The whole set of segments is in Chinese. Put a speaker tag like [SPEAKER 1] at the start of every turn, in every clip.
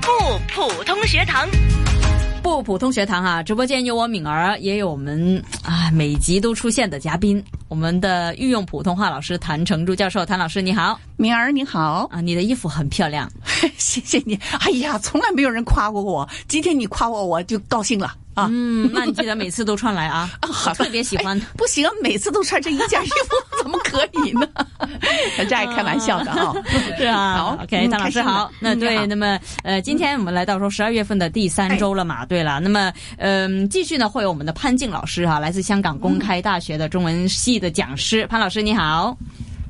[SPEAKER 1] 普通学堂。
[SPEAKER 2] 不普通学堂哈、直播间有我敏儿，也有我们啊每集都出现的嘉宾，我们的御用普通话老师谭成珠教授，谭老师你好
[SPEAKER 3] 明儿你好，
[SPEAKER 2] 啊，你的衣服很漂亮，
[SPEAKER 3] 谢谢你。哎呀，从来没有人夸过我，今天你夸我，我就高兴了啊。
[SPEAKER 2] 嗯，那你记得每次都穿来啊，
[SPEAKER 3] 啊 好
[SPEAKER 2] 我特别喜欢。
[SPEAKER 3] 哎不行，每次都穿这一件衣服，怎么可以呢？大家也开玩笑的啊。
[SPEAKER 2] 是啊，
[SPEAKER 3] 好
[SPEAKER 2] o k
[SPEAKER 3] 嗯
[SPEAKER 2] 谭老师
[SPEAKER 3] 开心了
[SPEAKER 2] 好。那
[SPEAKER 3] 嗯
[SPEAKER 2] 对，
[SPEAKER 3] 好哎
[SPEAKER 2] 那么呃，今天我们来到说十二月份的第三周了嘛，对了，那么嗯、继续呢会有我们的潘静老师哈、来自香港公开大学的中文系的讲师、潘老师你好，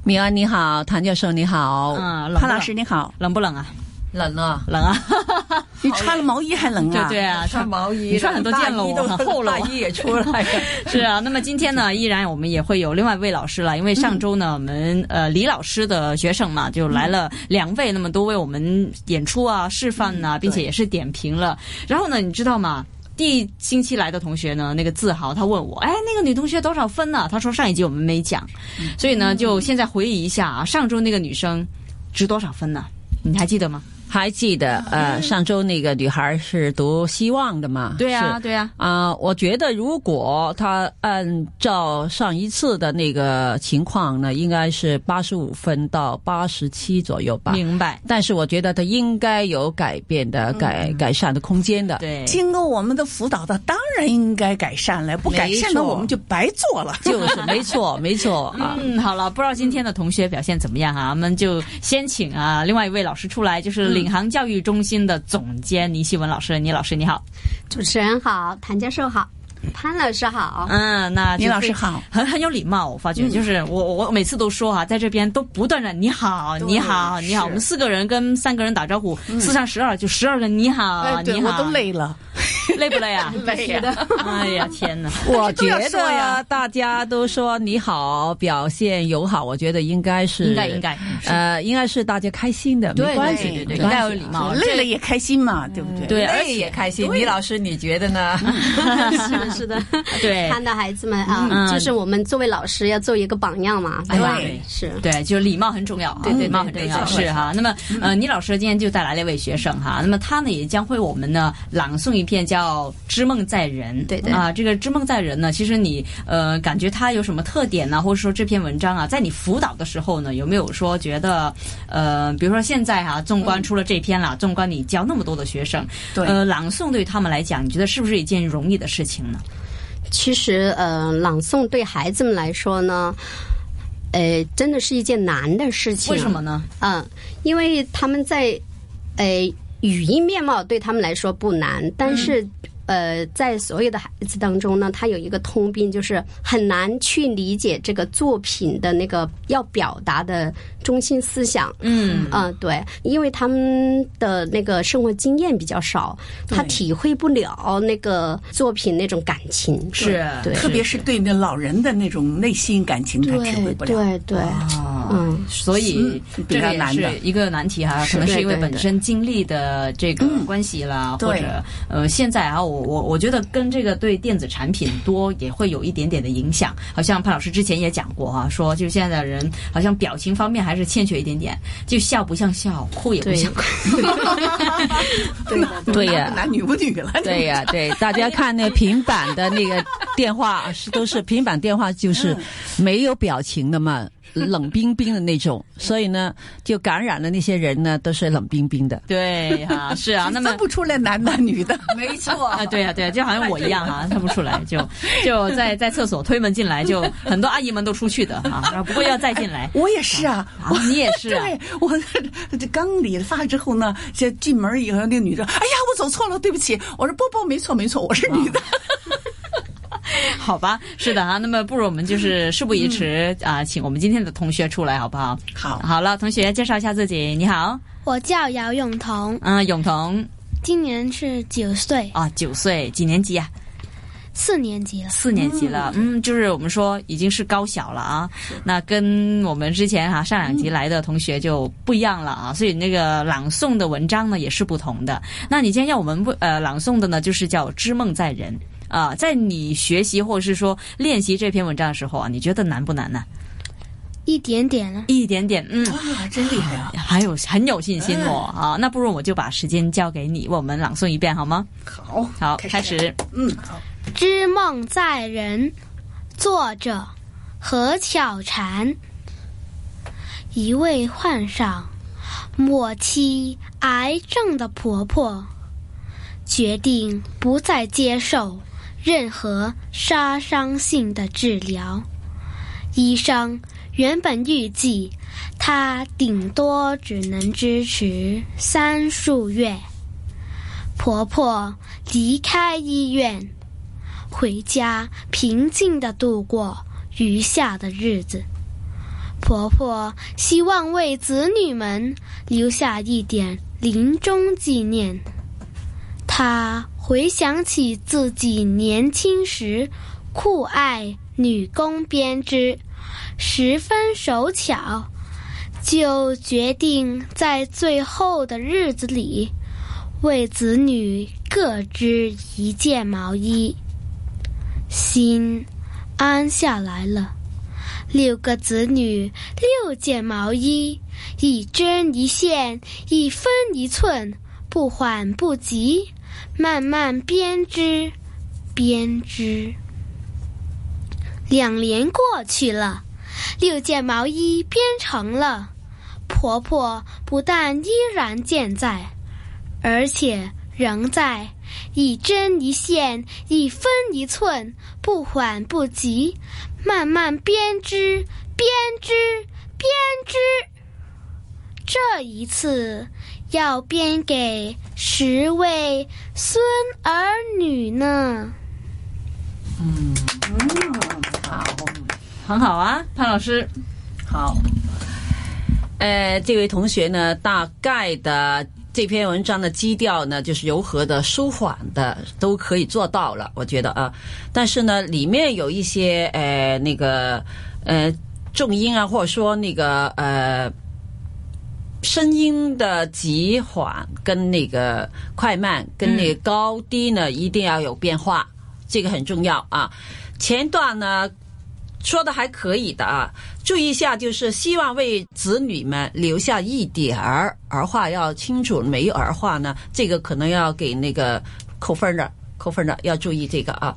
[SPEAKER 4] 明安你好，谭教授你好，
[SPEAKER 2] 嗯、冷不冷
[SPEAKER 3] 啊潘老师你好，
[SPEAKER 2] 冷不冷啊？
[SPEAKER 4] 冷了，
[SPEAKER 2] 冷啊，
[SPEAKER 3] 你穿了毛衣还冷
[SPEAKER 2] 对
[SPEAKER 3] 啊？
[SPEAKER 2] 对啊，
[SPEAKER 4] 穿毛衣，
[SPEAKER 2] 你穿很多件了我
[SPEAKER 4] 大衣都
[SPEAKER 2] 很厚了我
[SPEAKER 4] 大衣也出来了，
[SPEAKER 2] 是啊，那么今天呢，依然我们也会有另外一位老师了，因为
[SPEAKER 4] 嗯
[SPEAKER 2] 上周呢，我们呃李老师的学生嘛，就来了两位，那么都为我们演出啊、示范
[SPEAKER 4] 嗯
[SPEAKER 2] 呐、并且也是点评了。然后呢，你知道吗？第一星期来的同学呢，那个自豪他问我，哎，那个女同学多少分呢、他说上一集我们没讲，
[SPEAKER 4] 嗯
[SPEAKER 2] 所以呢，就现在回忆一下啊，上周那个女生值多少分呢、你还记得吗？
[SPEAKER 4] 还记得呃，上周那个女孩是读希望的嘛？
[SPEAKER 2] 对
[SPEAKER 4] 是
[SPEAKER 2] 啊，对啊，
[SPEAKER 4] 啊、我觉得如果他按照上一次的那个情况呢，应该是八十五分到八十七左右吧。
[SPEAKER 2] 明白，
[SPEAKER 4] 但是我觉得他应该有改变的、改改善的空间的。
[SPEAKER 2] 嗯对，
[SPEAKER 3] 经过我们的辅导的，当然应该改善了，不改善
[SPEAKER 4] 没
[SPEAKER 3] 了
[SPEAKER 4] 错
[SPEAKER 3] 我们就白做了。
[SPEAKER 4] 就是没错，没错啊。
[SPEAKER 2] 嗯，好了，不知道今天的同学表现怎么样啊？我们就先请啊另外一位老师出来，
[SPEAKER 3] 嗯
[SPEAKER 2] 就是领航教育中心的总监倪希文老师，倪老师你好。
[SPEAKER 5] 主持人好，谭教授好，潘老师 好。
[SPEAKER 2] 嗯，那
[SPEAKER 3] 倪
[SPEAKER 2] 就
[SPEAKER 3] 老
[SPEAKER 2] 非
[SPEAKER 3] 师好，嗯
[SPEAKER 2] 很很有礼貌，我发觉、就是我我我每次都说啊，在这边都不断的你好你好你好，我们四个人跟三个人打招呼，四上十二就十二个你好、
[SPEAKER 3] 嗯哎，对
[SPEAKER 2] 啊你
[SPEAKER 3] 我
[SPEAKER 2] 好，
[SPEAKER 3] 都累了，
[SPEAKER 2] 累不累 啊？
[SPEAKER 3] 累呀。
[SPEAKER 2] 哎呀天哪！
[SPEAKER 4] 我觉
[SPEAKER 3] 但是都要说呀
[SPEAKER 4] 得大家都说你好，表现友好，我觉得应该是
[SPEAKER 2] 应该应该，
[SPEAKER 4] 呃，应该是大家开心的，没关系，
[SPEAKER 3] 对
[SPEAKER 2] 对
[SPEAKER 4] 没
[SPEAKER 2] 应
[SPEAKER 4] 关系
[SPEAKER 2] 该有礼貌
[SPEAKER 3] 累了也开心嘛，对不对？
[SPEAKER 2] 对，而
[SPEAKER 4] 累也开心。李老师，你觉得 呢？
[SPEAKER 5] 是的，是的，
[SPEAKER 2] 对
[SPEAKER 5] 潘的孩子们啊，
[SPEAKER 2] 嗯
[SPEAKER 5] 就是我们作为老师要做一个榜样嘛，对吧
[SPEAKER 2] 对？
[SPEAKER 5] 是。
[SPEAKER 2] 对，就礼貌很重要啊，
[SPEAKER 5] 对对
[SPEAKER 2] 礼貌很重要
[SPEAKER 5] 对对嗯
[SPEAKER 2] 是哈。那么呃，倪老师今天就带来了一位学生哈，那么他呢也将会我们呢朗诵一篇叫《知梦在人》。
[SPEAKER 5] 对对
[SPEAKER 2] 啊，这个《知梦在人》呢，其实你呃感觉它有什么特点呢、或者说这篇文章啊，在你辅导的时候呢，有没有说觉得呃，比如说现在哈、纵观出了这篇
[SPEAKER 5] 嗯
[SPEAKER 2] 啦，纵观你教那么多的学生，
[SPEAKER 3] 对
[SPEAKER 2] 呃，朗诵对于他们来讲，你觉得是不是一件容易的事情呢？
[SPEAKER 5] 其实，呃，朗诵对孩子们来说呢，呃，真的是一件难的事情。
[SPEAKER 2] 为什么？呢？
[SPEAKER 5] 嗯，因为他们在，呃，语音面貌对他们来说不难，但是。
[SPEAKER 3] 嗯
[SPEAKER 5] 呃，在所有的孩子当中呢，他有一个通病，就是很难去理解这个作品的那个要表达的中心思想。
[SPEAKER 2] 嗯，
[SPEAKER 5] 嗯、对，因为他们的那个生活经验比较少，他体会不了那个作品那种感情。
[SPEAKER 2] 是
[SPEAKER 5] 对，
[SPEAKER 3] 特别是对那老人的那种内心感情，他体会
[SPEAKER 5] 对
[SPEAKER 3] 不了。
[SPEAKER 5] 对对，
[SPEAKER 2] 哦
[SPEAKER 5] 嗯，
[SPEAKER 2] 所以
[SPEAKER 3] 嗯比
[SPEAKER 2] 这
[SPEAKER 3] 较
[SPEAKER 2] 个也
[SPEAKER 3] 难的
[SPEAKER 2] 是一个难题哈，可能是因为
[SPEAKER 5] 对对
[SPEAKER 2] 本身经历的这个关系啦，
[SPEAKER 3] 对
[SPEAKER 2] 或者呃现在啊，我我我觉得跟这个对电子产品多也会有一点点的影响。好像潘老师之前也讲过啊，说就现在的人好像表情方面还是欠缺一点点，就笑不像笑，哭也不
[SPEAKER 5] 对
[SPEAKER 2] 像哭。
[SPEAKER 4] 对呀
[SPEAKER 3] 男女不女了。
[SPEAKER 4] 对呀、 对，大家看那平板的那个电话是都是平板电话，
[SPEAKER 2] 嗯
[SPEAKER 4] 就是没有表情的嘛，冷冰冰的那种，所以呢，就感染了那些人呢，都是冷冰冰的。
[SPEAKER 2] 对哈、是啊，那么
[SPEAKER 3] 分不出来男的女的。
[SPEAKER 4] 没错，
[SPEAKER 2] 啊，对呀、对呀、就好像我一样啊，看不出来，就就在在厕所推门进来，就很多阿姨们都出去的啊，然后不过要再进来。
[SPEAKER 3] 我也是啊，
[SPEAKER 2] 啊，你也是啊，
[SPEAKER 3] 对我这刚理了发之后呢，这进门以后，那个女的，哎呀，我走错了，对不起。我说不不，没错没错，我是女的。
[SPEAKER 2] 好吧，是的啊，那么不如我们就是事不宜迟啊、请我们今天的同学出来好不好？
[SPEAKER 3] 好
[SPEAKER 2] 好了，同学介绍一下自己。你好，
[SPEAKER 6] 我叫姚永彤，
[SPEAKER 2] 嗯、永彤
[SPEAKER 6] 今年是九岁，
[SPEAKER 2] 啊，九岁，几年级啊？
[SPEAKER 6] 四年级了。
[SPEAKER 2] 四年级了，嗯，就是我们说已经是高小了啊。那跟我们之前哈、上两集来的同学就不一样了啊，所以那个朗诵的文章呢也是不同的。那你今天要我们为呃朗诵的呢，就是叫《知梦在人》啊、在你学习或者是说练习这篇文章的时候啊，你觉得难不难呢、
[SPEAKER 6] 一点点了。
[SPEAKER 2] 一点点，嗯，
[SPEAKER 3] 哇，真厉害啊！
[SPEAKER 2] 还有很有信心哦
[SPEAKER 3] 嗯
[SPEAKER 2] 啊！那不如我就把时间交给你，为我们朗诵一遍好吗？
[SPEAKER 3] 好，
[SPEAKER 2] 好，开始。
[SPEAKER 3] 嗯，好，
[SPEAKER 6] 《知梦在人》，作者何巧婵。一位患上末期癌症的婆婆，决定不再接受任何杀伤性的治疗。医生原本预计她顶多只能支持三数月。婆婆离开医院，回家平静地度过余下的日子。婆婆希望为子女们留下一点临终纪念。她回想起自己年轻时酷爱女工编织，十分手巧，就决定在最后的日子里为子女各织一件毛衣。心安下来了。六个子女，六件毛衣，一针一线，一分一寸，不缓不急，慢慢编织，编织。两年过去了，六件毛衣编成了。婆婆不但依然健在，而且仍在一针一线、一分一寸，不缓不急，慢慢编织、编织、编织。这一次要编给十位孙儿女呢。
[SPEAKER 2] 很好啊，潘老师，
[SPEAKER 4] 好，呃，这位同学呢，大概的这篇文章的基调呢，就是柔和的、舒缓的，都可以做到了，我觉得啊。但是呢，里面有一些呃那个呃重音啊，或者说那个呃声音的急缓跟那个快慢跟那个高低呢，一定要有变化，这个很重要啊。前段呢说的还可以的啊，注意一下，就是希望为子女们留下一点儿儿化，要清楚没有儿化呢，这个可能要给那个扣分的，扣分的要注意这个啊。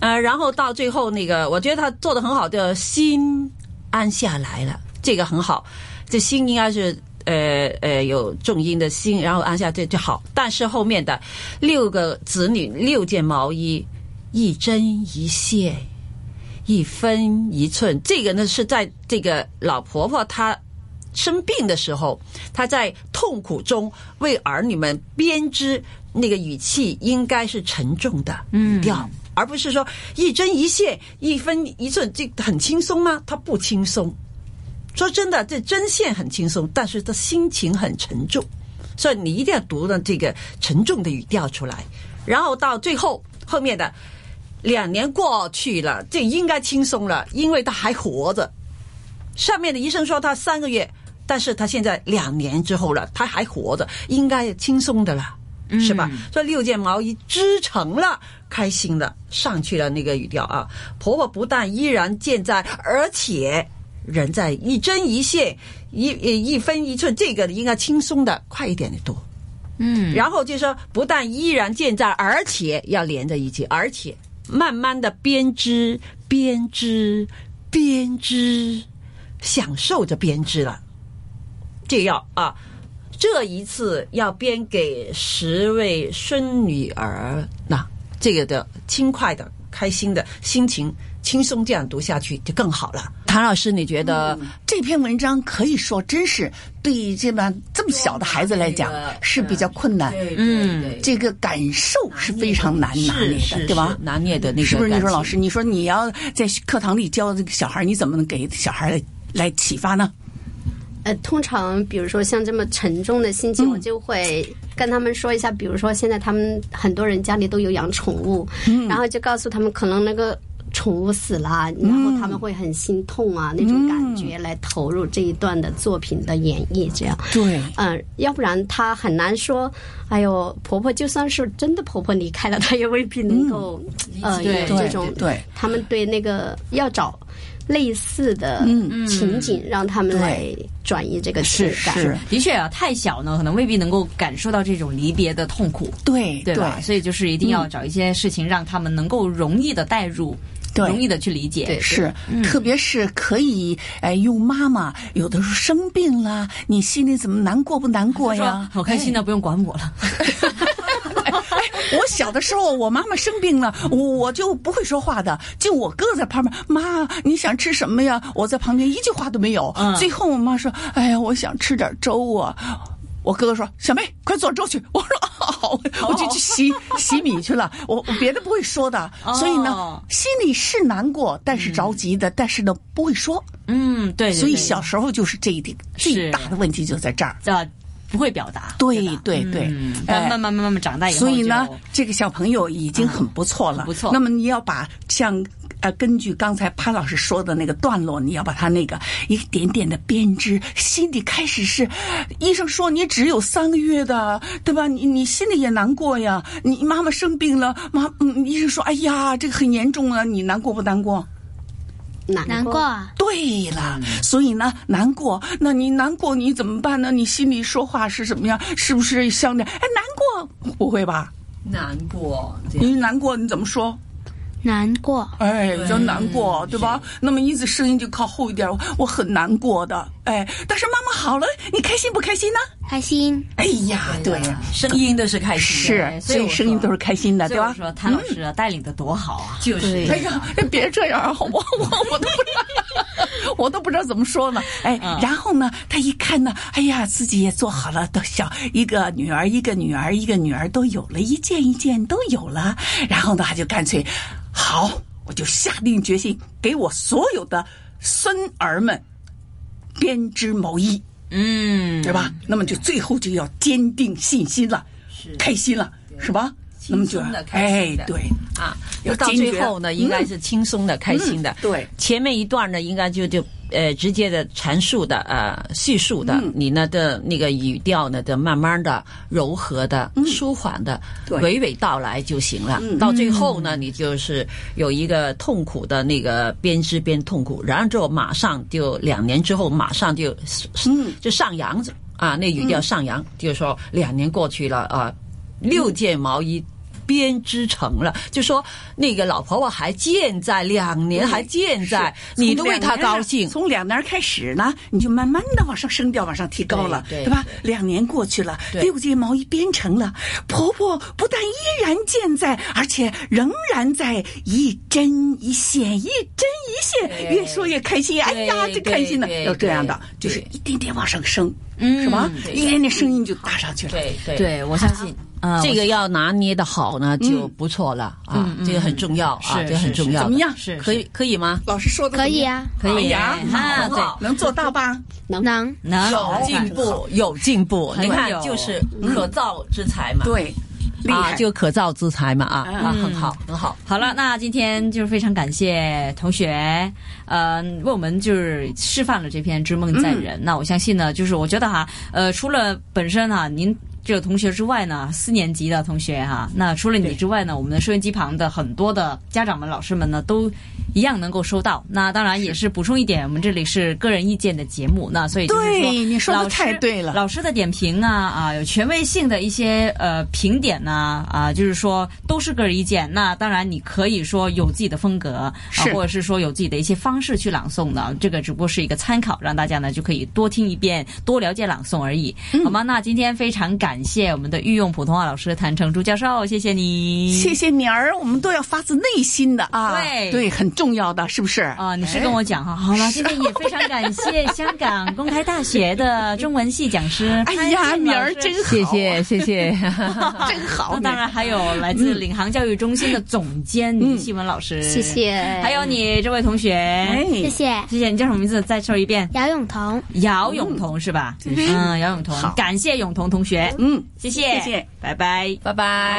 [SPEAKER 4] 呃，然后到最后那个，我觉得他做的很好，叫心安下来了，这个很好。这心应该是呃呃有重音的心，然后按下这就好。但是后面的六个子女六件毛衣，一针一线，一分一寸，这个呢是在这个老婆婆她生病的时候，她在痛苦中为儿女们编织，那个语气应该是沉重的语调。而不是说一针一线、一分一寸，这很轻松吗？她不轻松，说真的，这针线很轻松，但是他心情很沉重，所以你一定要读的这个沉重的语调出来。然后到最后后面的两年过去了，这应该轻松了，因为他还活着。上面的医生说他三个月，但是他现在两年之后了，他还活着，应该轻松的了，是吧？所以六件毛衣织成了，开心了，上去了那个语调啊。婆婆不但依然健在，而且人在一针一线、一呃一分一寸，这个应该轻松的、快一点的多。
[SPEAKER 2] 嗯，
[SPEAKER 4] 然后就说不但依然健在，而且要连在一起，而且慢慢的编织、编织、编织，享受着编织了。这要啊，这一次要编给十位孙女儿，那、这个的轻快的、开心的心情，轻松这样读下去就更好了。嗯谭老师，你觉得？
[SPEAKER 3] 这篇文章可以说真是对这么这么小的孩子来讲是比较困难，
[SPEAKER 2] 嗯，
[SPEAKER 3] 这个感受是非常难拿捏的，对吧？
[SPEAKER 4] 拿捏的那个，
[SPEAKER 3] 是不是？你说老师，？你说你要在课堂里教这个小孩，你怎么能给小孩来来启发呢？
[SPEAKER 5] 呃，通常比如说像这么沉重的心情，我就会跟他们说一下，比如说现在他们很多人家里都有养宠物，然后就告诉他们可能那个。宠物死了，然后他们会很心痛啊，那种感觉来投入这一段的作品的演绎，这样。
[SPEAKER 3] 对，
[SPEAKER 5] 嗯，要不然她很难说。哎呦，婆婆就算是真的婆婆离开了，她也未必能够、呃有
[SPEAKER 2] 对
[SPEAKER 5] 这种
[SPEAKER 3] 对对
[SPEAKER 5] 他们对那个要找类似的
[SPEAKER 6] 嗯
[SPEAKER 5] 情景，让他们来转移这个情感。
[SPEAKER 3] 是
[SPEAKER 2] 的确啊，太小呢，可能未必能够感受到这种离别的痛苦，
[SPEAKER 3] 对
[SPEAKER 2] 对吧？所以就是一定要找一些事情让他们能够容易的带入，
[SPEAKER 3] 对
[SPEAKER 2] 容易的去理解。
[SPEAKER 5] 对
[SPEAKER 3] 是，特别是可以，哎，用妈妈有的时候生病啦，你心里怎么难过不难过
[SPEAKER 2] 说
[SPEAKER 3] 呀？
[SPEAKER 2] 好开
[SPEAKER 3] 哎
[SPEAKER 2] 心的，不用管我了。
[SPEAKER 3] 我小的时候，我妈妈生病了，我我就不会说话的，就我哥在旁边，妈，你想吃什么呀？我在旁边一句话都没有。
[SPEAKER 2] 嗯
[SPEAKER 3] 最后我妈说：“哎呀，我想吃点粥啊。”我哥哥说：“小妹，快做粥去。”我 说：“哦，好。”我就去洗洗米去了。我我别的不会说的，
[SPEAKER 2] 哦
[SPEAKER 3] 所以呢，心里是难过，但是着急的，但是呢不会说。
[SPEAKER 2] 嗯，对对对
[SPEAKER 3] 所以小时候就是这一点，
[SPEAKER 2] 是
[SPEAKER 3] 最大的问题就在这儿。
[SPEAKER 2] 啊不会表达。
[SPEAKER 3] 对
[SPEAKER 2] 吧
[SPEAKER 3] 对对
[SPEAKER 2] 嗯，
[SPEAKER 3] 哎
[SPEAKER 2] 但慢慢慢慢长大以后就，嗯
[SPEAKER 3] 所以呢，这个小朋友已经很不错了。
[SPEAKER 2] 很不错
[SPEAKER 3] 那么你要把像呃，根据刚才潘老师说的那个段落，你要把它那个一点点的编织。心里开始是，医生说你只有三个月的，对吧？你你心里也难过呀。你妈妈生病了，妈，嗯，医生说，哎呀，这个很严重啊，你难过不难过？
[SPEAKER 5] 难
[SPEAKER 6] 难过啊，
[SPEAKER 3] 对了，所以呢，难过，那你难过你怎么办呢？你心里说话是什么样？是不是像那哎难过？不会吧？
[SPEAKER 4] 难过，这样
[SPEAKER 3] 你难过你怎么说？
[SPEAKER 6] 难过，
[SPEAKER 3] 哎，比较难过，对吧？那么因此声音就靠后一点，我很难过的。哎，但是妈妈好了，你开心不开心呢？
[SPEAKER 6] 开心，
[SPEAKER 3] 哎呀，对呀，
[SPEAKER 4] 嗯声音都是开心
[SPEAKER 3] 是，
[SPEAKER 4] 的，
[SPEAKER 3] 所以声音都是开心的，
[SPEAKER 2] 所
[SPEAKER 3] 对
[SPEAKER 2] 以我
[SPEAKER 3] 吧？嗯
[SPEAKER 2] 说谭老师啊，带领的多好啊！
[SPEAKER 4] 就是
[SPEAKER 3] 哎呀，别这样啊，好不好？我我都不知道，我都不知道怎么说呢。哎，
[SPEAKER 4] 嗯
[SPEAKER 3] 然后呢，他一看呢，哎呀，自己也做好了，都小一个女儿，一个女儿，一个女儿都有了，一件一件都有了。然后呢，他就干脆，好，我就下定决心，给我所有的孙儿们编织毛衣。
[SPEAKER 2] 嗯，
[SPEAKER 3] 对吧？那么就最后就要坚定信心了，开心了，是吧？那么就
[SPEAKER 4] 轻松的开
[SPEAKER 3] 哎
[SPEAKER 4] 心的，
[SPEAKER 3] 对，
[SPEAKER 4] 啊，
[SPEAKER 3] 要
[SPEAKER 4] 到
[SPEAKER 3] 坚
[SPEAKER 4] 最
[SPEAKER 3] 决
[SPEAKER 4] 后呢，应该是轻松的、开心的。
[SPEAKER 3] 嗯对，
[SPEAKER 4] 前面一段呢，应该就就呃直接的阐述的呃叙述的，
[SPEAKER 3] 嗯
[SPEAKER 4] 你呢的那个语调呢的慢慢的柔和的、舒缓的，
[SPEAKER 3] 嗯对嗯
[SPEAKER 4] 娓娓道来就行了。到最后呢，你就是有一个痛苦的那个边织边痛苦，然后之后马上就两年之后马上就
[SPEAKER 3] 嗯
[SPEAKER 4] 就上扬啊，那语调上扬，就是说两年过去了啊，六件毛衣。编织成了，就说那个老婆婆还健在，两年还健在，
[SPEAKER 3] 是
[SPEAKER 4] 你都为她高兴。
[SPEAKER 3] 从两年开始呢，你就慢慢的往上升调，往上提高了，
[SPEAKER 4] 对对
[SPEAKER 3] 吧？两年过去了，
[SPEAKER 4] 对
[SPEAKER 3] 六件毛衣编成了，婆婆不但依然健在，而且仍然在一针一线，一针一线，
[SPEAKER 4] 对
[SPEAKER 3] 越说越开心。哎呀，
[SPEAKER 4] 对
[SPEAKER 3] 真开心呢！
[SPEAKER 4] 对
[SPEAKER 3] 要这样的，
[SPEAKER 4] 对
[SPEAKER 3] 就是一点点往上升，
[SPEAKER 2] 嗯
[SPEAKER 3] 是吧？
[SPEAKER 4] 对
[SPEAKER 3] 一点点声音就搭上去了。
[SPEAKER 4] 对对，
[SPEAKER 2] 对我相信
[SPEAKER 3] 嗯
[SPEAKER 2] 啊，
[SPEAKER 4] 这
[SPEAKER 2] 我
[SPEAKER 4] 个要拿捏的好呢，就不错了啊，这个很重要啊，
[SPEAKER 2] 是
[SPEAKER 4] 这个很
[SPEAKER 2] 是
[SPEAKER 4] 重要的。
[SPEAKER 3] 怎么样
[SPEAKER 2] 是
[SPEAKER 4] 可以可以吗？
[SPEAKER 3] 老师说的
[SPEAKER 6] 可
[SPEAKER 3] 怎么
[SPEAKER 6] 以
[SPEAKER 3] 样
[SPEAKER 6] 啊，
[SPEAKER 2] 可以
[SPEAKER 3] 哎呀
[SPEAKER 2] 啊，对，
[SPEAKER 3] 能做到吧？
[SPEAKER 6] 能
[SPEAKER 2] 能
[SPEAKER 4] 有啊进步，有进步，
[SPEAKER 2] 很
[SPEAKER 4] 你看
[SPEAKER 2] 有
[SPEAKER 4] 就是可造之材嘛，
[SPEAKER 3] 对，嗯厉
[SPEAKER 4] 啊，
[SPEAKER 3] 害。
[SPEAKER 4] 就可造之材嘛啊啊，
[SPEAKER 2] 嗯
[SPEAKER 4] 很好很好。
[SPEAKER 2] 好了，那今天就是非常感谢同学，呃，为我们就是示范了这篇《之梦在
[SPEAKER 3] 嗯
[SPEAKER 2] 人》那我相信呢，就是我觉得哈，呃，除了本身哈、您。这个同学之外呢，四年级的同学哈、那除了你之外呢，我们的收音机旁的很多的家长们、老师们呢，都一样能够收到。那当然也是补充一点，我们这里是个人意见的节目，那所以就是说，
[SPEAKER 3] 对你说得
[SPEAKER 2] 老师
[SPEAKER 3] 太对了
[SPEAKER 2] 老师的点评啊啊，有权威性的一些呃评点呐啊就是说都是个人意见。那当然，你可以说有自己的风格，啊，
[SPEAKER 3] 是
[SPEAKER 2] 或者是说有自己的一些方式去朗诵的，这个只不过是一个参考，让大家呢就可以多听一遍，多了解朗诵而已，
[SPEAKER 3] 嗯
[SPEAKER 2] 好吗？那今天非常感谢我们的御用普通话老师谭成珠教授，谢谢你，
[SPEAKER 3] 谢谢你儿，我们都要发自内心的啊，
[SPEAKER 2] 对
[SPEAKER 3] 很重要的，是不是？
[SPEAKER 2] 啊、你是跟我讲哈，
[SPEAKER 3] 哎
[SPEAKER 2] 好了，今天也非常感谢香港公开大学的中文系讲师，
[SPEAKER 3] 哎呀，
[SPEAKER 2] 潘
[SPEAKER 3] 你
[SPEAKER 2] 静老
[SPEAKER 3] 儿
[SPEAKER 2] 师
[SPEAKER 3] 真好，
[SPEAKER 4] 谢谢谢谢，
[SPEAKER 3] 真好。
[SPEAKER 2] 啊那当然还有来自领航教育中心的总监倪希文老师，
[SPEAKER 5] 谢谢。
[SPEAKER 2] 还有你这位同学，
[SPEAKER 3] 哎，
[SPEAKER 6] 谢谢
[SPEAKER 2] 谢谢你叫什么名字？再说一遍，
[SPEAKER 6] 姚永彤。
[SPEAKER 2] 姚永彤是吧？嗯，姚永彤
[SPEAKER 3] 好，
[SPEAKER 2] 感谢永彤同学，
[SPEAKER 3] 嗯，
[SPEAKER 2] 谢谢，
[SPEAKER 3] 谢谢，
[SPEAKER 2] 拜拜。
[SPEAKER 4] 拜拜。